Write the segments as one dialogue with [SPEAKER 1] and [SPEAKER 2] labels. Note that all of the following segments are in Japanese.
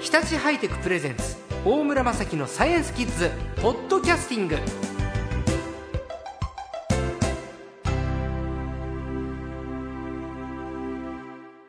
[SPEAKER 1] 日立ハイテクプレゼンツ大村雅樹のサイエンスキッズポッドキャスティング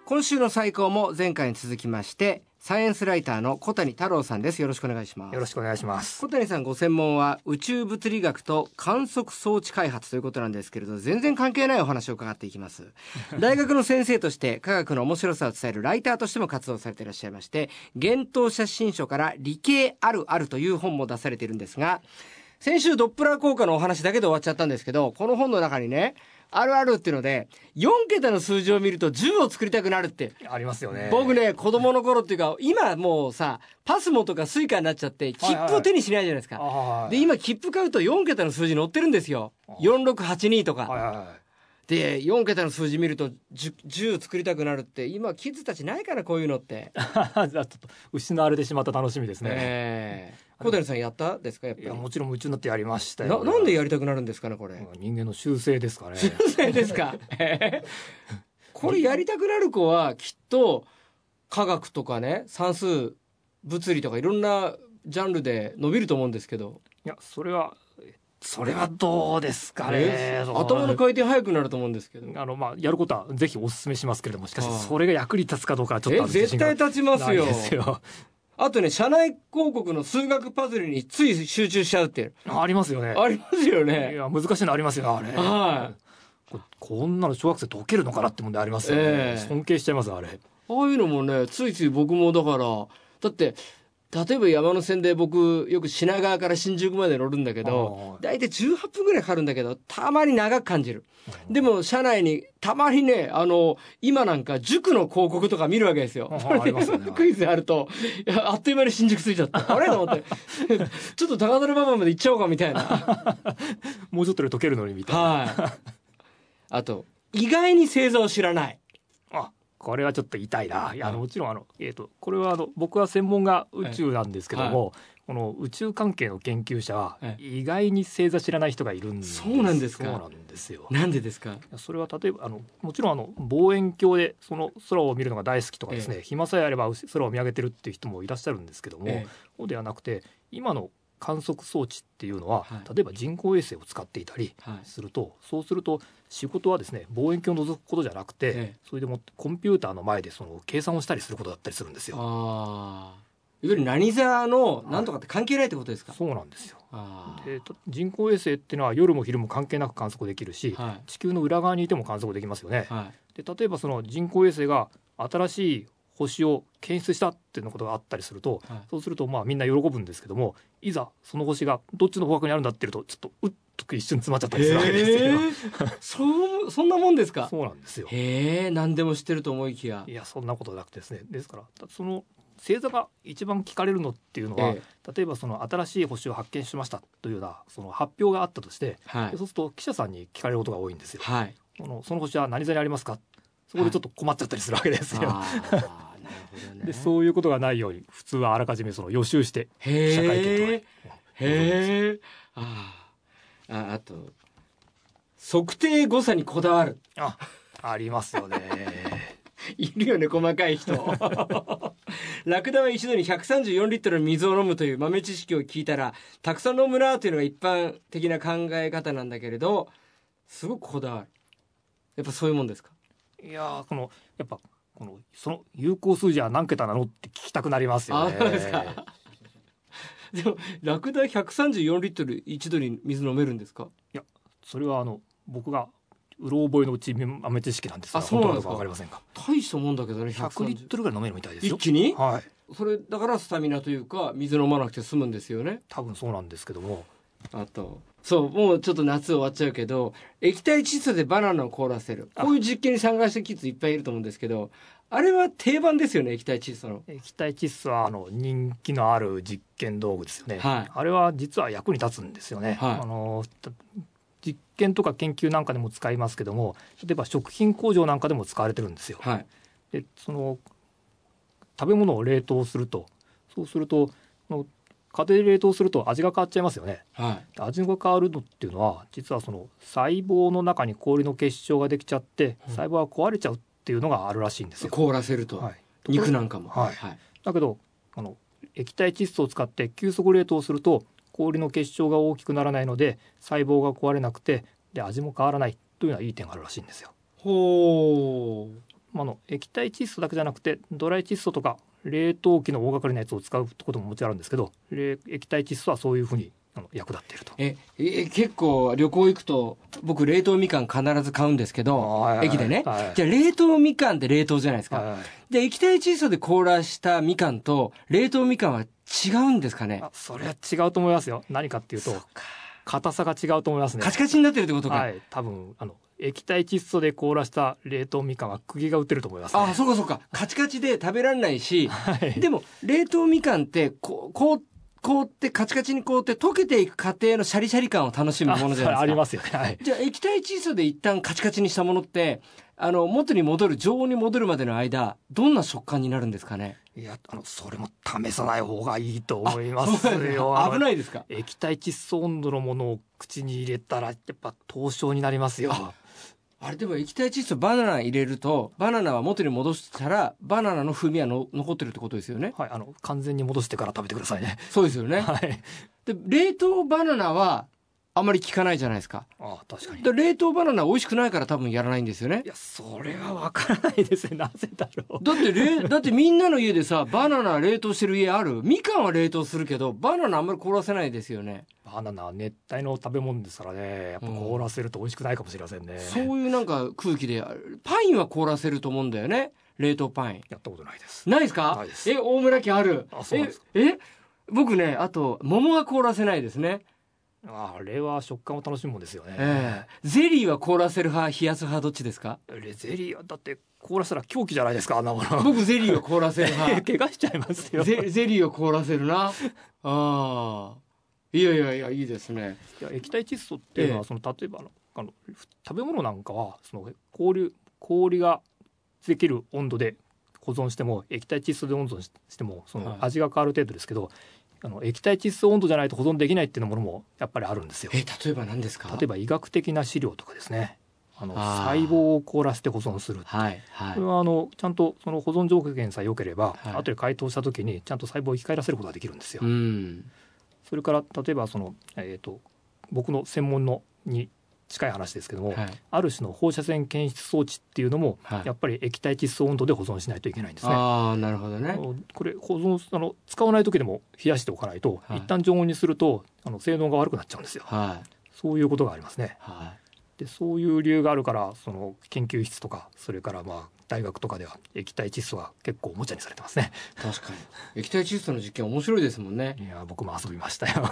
[SPEAKER 1] 今週の最高も前回に続きましてサイエンスライターの小谷太郎さんですよろしくお願いします
[SPEAKER 2] よろしくお願いします。
[SPEAKER 1] 小谷さんご専門は宇宙物理学と観測装置開発ということなんですけれど全然関係ないお話を伺っていきます 大学の先生として科学の面白さを伝えるライターとしても活動されていらっしゃいまして「幻冬写真書」から「理系あるある」という本も出されているんですが先週ドップラー効果のお話だけで終わっちゃったんですけどこの本の中にね「あるある」っていうので4桁の数字を見ると10を作りたくなるって
[SPEAKER 2] ありますよね。
[SPEAKER 1] 僕ね子供の頃っていうか今もうさパスモとかスイカになっちゃって切符を手にしないじゃないですか、
[SPEAKER 2] あ。はい
[SPEAKER 1] で今切符買うと4桁の数字載ってるんですよ4682とか、
[SPEAKER 2] はいはいはい。
[SPEAKER 1] で4桁の数字見ると 10, 10作りたくなるって今キッズたちないかなこういうのって、
[SPEAKER 2] じゃ あちょっと失われてしまった楽しみですね。
[SPEAKER 1] ええ小谷さんやったですかやっぱ
[SPEAKER 2] い
[SPEAKER 1] り
[SPEAKER 2] やもちろん夢中になってやりました
[SPEAKER 1] な
[SPEAKER 2] よ。
[SPEAKER 1] なんでやりたくなるんですかねこれ、
[SPEAKER 2] うん人間の習性ですかね。
[SPEAKER 1] そうですかええ これやりたくなる子はきっと科学とかね算数物理とかいろんなジャンルで伸びると思うんですけど
[SPEAKER 2] いや それはそれはどうですかね
[SPEAKER 1] え。え
[SPEAKER 2] そ
[SPEAKER 1] 頭の回転速くなると思うんですけど
[SPEAKER 2] あのまあやることはぜひお勧めしますけれどもしかし
[SPEAKER 1] はい
[SPEAKER 2] それが役に立つかどうかはちょっとあ
[SPEAKER 1] え
[SPEAKER 2] の
[SPEAKER 1] 絶対
[SPEAKER 2] 自
[SPEAKER 1] 立ち
[SPEAKER 2] 信
[SPEAKER 1] ま
[SPEAKER 2] がな
[SPEAKER 1] す
[SPEAKER 2] い
[SPEAKER 1] よ
[SPEAKER 2] ですよ。
[SPEAKER 1] あとね社内広告の数学パズルについ集中しちゃうって
[SPEAKER 2] ありますよね。
[SPEAKER 1] ありますよ
[SPEAKER 2] い
[SPEAKER 1] ね
[SPEAKER 2] や難しいのありますよあれ。
[SPEAKER 1] はい
[SPEAKER 2] ここんなの小学生解けるのかなって問題ありますよね。
[SPEAKER 1] ええ
[SPEAKER 2] 尊敬しちゃいますあれ。
[SPEAKER 1] ああいうのもねついつい僕もだからだって例えば山手線で僕よく品川から新宿まで乗るんだけど
[SPEAKER 2] は
[SPEAKER 1] 大
[SPEAKER 2] い
[SPEAKER 1] 体18分ぐらいかかるんだけどたまに長く感じるでも車内にたまにねあの今なんか塾の広告とか見るわけですよ
[SPEAKER 2] はいはいありますよね
[SPEAKER 1] クイズやるといやあっという間に新宿着いちゃったあれと思って ちょっと高田馬場まで行っちゃおうかみたいな
[SPEAKER 2] もうちょっとで解けるのにみたいな。
[SPEAKER 1] はい。あと、意外に星座を知らない。
[SPEAKER 2] あこれはちょっと痛いな。いやあのもちろんあの、えー、とこれはあの僕は専門が宇宙なんですけども、この宇宙関係の研究者は
[SPEAKER 1] え
[SPEAKER 2] 意外に星座知らない人がいるんです
[SPEAKER 1] そうなんですか
[SPEAKER 2] そうなんですよ。い
[SPEAKER 1] なんでですか。
[SPEAKER 2] やそれは例えばあのもちろんあの望遠鏡でその空を見るのが大好きとかですね、暇さえあれば空を見上げてるっていう人もいらっしゃるんですけども、
[SPEAKER 1] ええ
[SPEAKER 2] そうではなくて今の観測装置っていうのは、
[SPEAKER 1] はい
[SPEAKER 2] 例えば人工衛星を使っていたり、
[SPEAKER 1] はい。
[SPEAKER 2] するとそうすると仕事はですね望遠鏡を覗くことじゃなくて、
[SPEAKER 1] ええ
[SPEAKER 2] それでもってコンピューターの前でその計算をしたりすることだったりするんですよ。
[SPEAKER 1] ああ。いわゆる何座の、なんとかって関係ないってことですか。
[SPEAKER 2] そうなんですよ
[SPEAKER 1] あ
[SPEAKER 2] でと人工衛星っていうのは夜も昼も関係なく観測できるし、
[SPEAKER 1] あ。は
[SPEAKER 2] 地球の裏側にいても観測できますよね
[SPEAKER 1] い。。はい。
[SPEAKER 2] で例えばその人工衛星が新しい星を検出したっていうようなことがあったりすると、
[SPEAKER 1] はい
[SPEAKER 2] そうするとまあみんな喜ぶんですけどもいざその星がどっちの方角にあるんだっていうとちょっとうっと一瞬詰まっちゃったりするわけです
[SPEAKER 1] え
[SPEAKER 2] よ。
[SPEAKER 1] ーそう、そんなもんですか。
[SPEAKER 2] そうなんですよ
[SPEAKER 1] へえ、何でも知ってると思いきや
[SPEAKER 2] い。やそんなことなくてですねですからたその星座が一番聞かれるのっていうのは、
[SPEAKER 1] ええ
[SPEAKER 2] 例えばその新しい星を発見しましたというようなその発表があったとして、
[SPEAKER 1] はい
[SPEAKER 2] で。そうすると記者さんに聞かれることが多いんですよ。
[SPEAKER 1] はい。
[SPEAKER 2] そのその星は何座にありますかそこでちょっと困っちゃったりするわけですよ。
[SPEAKER 1] ああ。なるほどね。
[SPEAKER 2] でそういうことがないように普通はあらかじめその予習して記者会見と
[SPEAKER 1] へ
[SPEAKER 2] かね
[SPEAKER 1] え。へえ。ああ。あ、あと。測定誤差にこだわる。
[SPEAKER 2] あありますよね。
[SPEAKER 1] いるよね、細かい 人。ラクダは一度に134リットルの水を飲むという豆知識を聞いたら、たくさん飲むなというのが一般的な考え方なんだけれど、すごくこだわる。やっぱそういうもんですか
[SPEAKER 2] いやーこのやっぱこのその有効数字は何桁なのって聞きたくなりますよね。
[SPEAKER 1] あそうですかでも、ラクダ134リットル一度に水飲めるんですか
[SPEAKER 2] それはあの僕がうろ覚えのうち豆知識なんですが
[SPEAKER 1] あそうなんですか
[SPEAKER 2] 本当かわかりませんか
[SPEAKER 1] 大したもんだけどね、
[SPEAKER 2] 100リッ
[SPEAKER 1] 130。
[SPEAKER 2] トルぐらい飲めるみたいですよ
[SPEAKER 1] 一気に
[SPEAKER 2] はい
[SPEAKER 1] それだからスタミナというか、水飲まなくて済むんですよね。
[SPEAKER 2] 多分そうなんですけども
[SPEAKER 1] あと、そう、もうちょっと夏終わっちゃうけど、液体窒素でバナナを凍らせる。こういう実験に参加したキッズいっぱいいると思うんですけど、あれは定番ですよね、液体窒素の。
[SPEAKER 2] 液体窒素はあの人気のある実験道具ですよね、
[SPEAKER 1] はい
[SPEAKER 2] あれは実は役に立つんですよね、
[SPEAKER 1] はい
[SPEAKER 2] あのた実験とか研究なんかでも使いますけども例えば食品工場なんかでも使われてるんですよ
[SPEAKER 1] はい。
[SPEAKER 2] でその食べ物を冷凍するとそうするとあの家庭で冷凍すると味が変わっちゃいますよね
[SPEAKER 1] はい。
[SPEAKER 2] 味が変わるのっていうのは実はその細胞の中に氷の結晶ができちゃって
[SPEAKER 1] うん
[SPEAKER 2] 細胞が壊れちゃうっていうのがあるらしいんですよ。
[SPEAKER 1] 凍らせると。
[SPEAKER 2] はい、
[SPEAKER 1] 肉なんかも。
[SPEAKER 2] はい
[SPEAKER 1] はい。
[SPEAKER 2] だけどこの液体窒素を使って急速冷凍すると氷の結晶が大きくならないので細胞が壊れなくてで味も変わらないというのはいい点があるらしいんですよ。
[SPEAKER 1] ほ
[SPEAKER 2] まああの液体窒素だけじゃなくてドライ窒素とか冷凍機の大掛かりなやつを使うってことももちろんあるんですけど冷液体窒素はそういうふうにあの役立っていると。
[SPEAKER 1] ええ結構旅行行くと僕冷凍みかん必ず買うんですけど駅でね、
[SPEAKER 2] はい
[SPEAKER 1] じゃあ冷凍みかんって冷凍じゃないですか、
[SPEAKER 2] はい
[SPEAKER 1] で液体窒素で凍らしたみかんと冷凍みかんは違うんですかね
[SPEAKER 2] あそれは違うと思いますよ何かっていうと硬さが違うと思いますね
[SPEAKER 1] カチカチになってるってことか、
[SPEAKER 2] はい多分あの液体窒素で凍らした冷凍みかんは釘が打ってると思います、ね、
[SPEAKER 1] ああそうかそうかカチカチで食べられないし
[SPEAKER 2] はい
[SPEAKER 1] でも冷凍みかんってこうこう凍ってカチカチに凍って溶けていく過程のシャリシャリ感を楽しむ
[SPEAKER 2] あ
[SPEAKER 1] ものじゃ
[SPEAKER 2] それ
[SPEAKER 1] ない
[SPEAKER 2] あ
[SPEAKER 1] で
[SPEAKER 2] り
[SPEAKER 1] すか
[SPEAKER 2] ますよねはい
[SPEAKER 1] じゃあ液体窒素で一旦カチカチにしたものってあの元に戻る常温に戻るまでの間どんな食感になるんですかね
[SPEAKER 2] いやあのそれも試さない方がいいと思います
[SPEAKER 1] そうです
[SPEAKER 2] よ
[SPEAKER 1] か危ないいですか
[SPEAKER 2] 液体窒素温度のものを口に入れたらやっぱ凍傷になりますよ
[SPEAKER 1] あれでも液体窒素バナナ入れるとバナナは元に戻したらバナナの風味はの残ってるってことですよね
[SPEAKER 2] はいあの完全に戻してから食べてくださいね
[SPEAKER 1] そうですよね
[SPEAKER 2] はい
[SPEAKER 1] で冷凍バナナはあまり効かないじゃないですか
[SPEAKER 2] あ確かに
[SPEAKER 1] で冷凍バナナ美味しくないから多分やらないんですよね
[SPEAKER 2] いやそれはわからないですねなぜだろう
[SPEAKER 1] だって れだってみんなの家でさバナナ冷凍してる家あるみかんは冷凍するけどバナナあんまり凍らせないですよね
[SPEAKER 2] バナナは熱帯の食べ物ですからねやっぱ凍らせると美味しくないかもしれませんね、
[SPEAKER 1] そういうなんか空気であパインは凍らせると思うんだよね冷凍パイン
[SPEAKER 2] やったことないです
[SPEAKER 1] ないですか
[SPEAKER 2] ないです
[SPEAKER 1] え大村家ある
[SPEAKER 2] あそうなんです
[SPEAKER 1] ええ僕ねあと桃は凍らせないですね
[SPEAKER 2] ああれは食感を楽しむもんですよね、
[SPEAKER 1] ええゼリーは凍らせる派冷やす派どっちですか
[SPEAKER 2] レゼリーはだって凍らせたら狂気じゃないですかあんなもの
[SPEAKER 1] 僕ゼリーは凍らせる派
[SPEAKER 2] 怪我し ちゃいますよ
[SPEAKER 1] ゼゼリーを凍らせるなああいやいやいやいいですね
[SPEAKER 2] いや液体窒素っていうの
[SPEAKER 1] ええ
[SPEAKER 2] はその例えばあのあの食べ物なんかはその氷氷ができる温度で保存しても液体窒素で温存ししてもそ
[SPEAKER 1] はい
[SPEAKER 2] の味が変わる程度ですけど、あの液体窒素温度じゃないと保存できないっていうものもやっぱりあるんですよ。
[SPEAKER 1] え例えば何ですか
[SPEAKER 2] 例えば医学的な資料とかですねあの
[SPEAKER 1] あー
[SPEAKER 2] 細胞を凍らせて保存する
[SPEAKER 1] はいはい
[SPEAKER 2] これはあのちゃんとその保存条件さえ良ければ、
[SPEAKER 1] はい
[SPEAKER 2] 後で解凍した時にちゃんと細胞を生き返らせることができるんですよ。
[SPEAKER 1] うん
[SPEAKER 2] それから例えばその、えー、と僕の専門のに近い話ですけども、
[SPEAKER 1] はい
[SPEAKER 2] ある種の放射線検出装置っていうのも、
[SPEAKER 1] はい
[SPEAKER 2] やっぱり液体窒素温度で保存しないといけないんですね。
[SPEAKER 1] ああなるほどね
[SPEAKER 2] これ保存あの使わない時でも冷やしておかないと、
[SPEAKER 1] はい
[SPEAKER 2] 一旦常温にするとあの性能が悪くなっちゃうんですよ。
[SPEAKER 1] はい
[SPEAKER 2] そういうことがありますね。
[SPEAKER 1] は
[SPEAKER 2] でそういう理由があるからその研究室とかそれからまあ大学とかでは液体窒素が結構おもちゃにされてますね
[SPEAKER 1] い確かに液体窒素の実験面白いですもんね
[SPEAKER 2] いや僕も遊びましたよ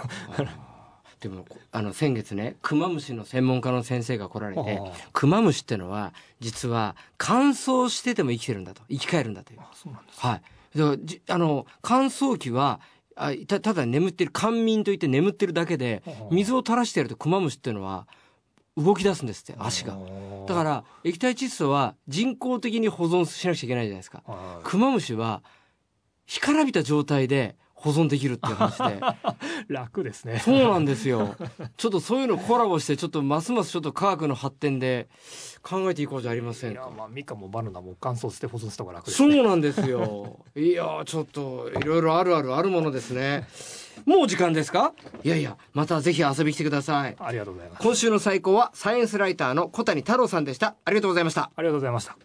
[SPEAKER 1] でもこあの先月ねクマムシの専門家の先生が来られて
[SPEAKER 2] あ
[SPEAKER 1] クマムシってのは実は乾燥してても生きてるんだと生き返るんだという
[SPEAKER 2] あそうなんです
[SPEAKER 1] はいだからじあの乾燥機はあたただ眠ってる乾眠といって眠ってるだけで水を垂らしてやるとクマムシっていうのは動き出すんですって足がだからら液体窒素は人工的に保存しなくちゃいけないじゃないですかクマムシは干からびた状態で保存できるっていう話で
[SPEAKER 2] 楽ですね
[SPEAKER 1] そうなんですよちょっとそういうのコラボしてちょっとますますちょっと科学の発展で考えていこうじゃありません
[SPEAKER 2] いや
[SPEAKER 1] か
[SPEAKER 2] まあみかんもバナナも乾燥して保存した方が楽です
[SPEAKER 1] そ
[SPEAKER 2] ね
[SPEAKER 1] うなんですよいやーちょっといろいろあるあるあるものですねもう時間ですかいやいやまたぜひ遊びに来てください
[SPEAKER 2] ありがとうございます
[SPEAKER 1] 今週の最高はサイエンスライターの小谷太郎さんでしたありがとうございました
[SPEAKER 2] ありがとうございました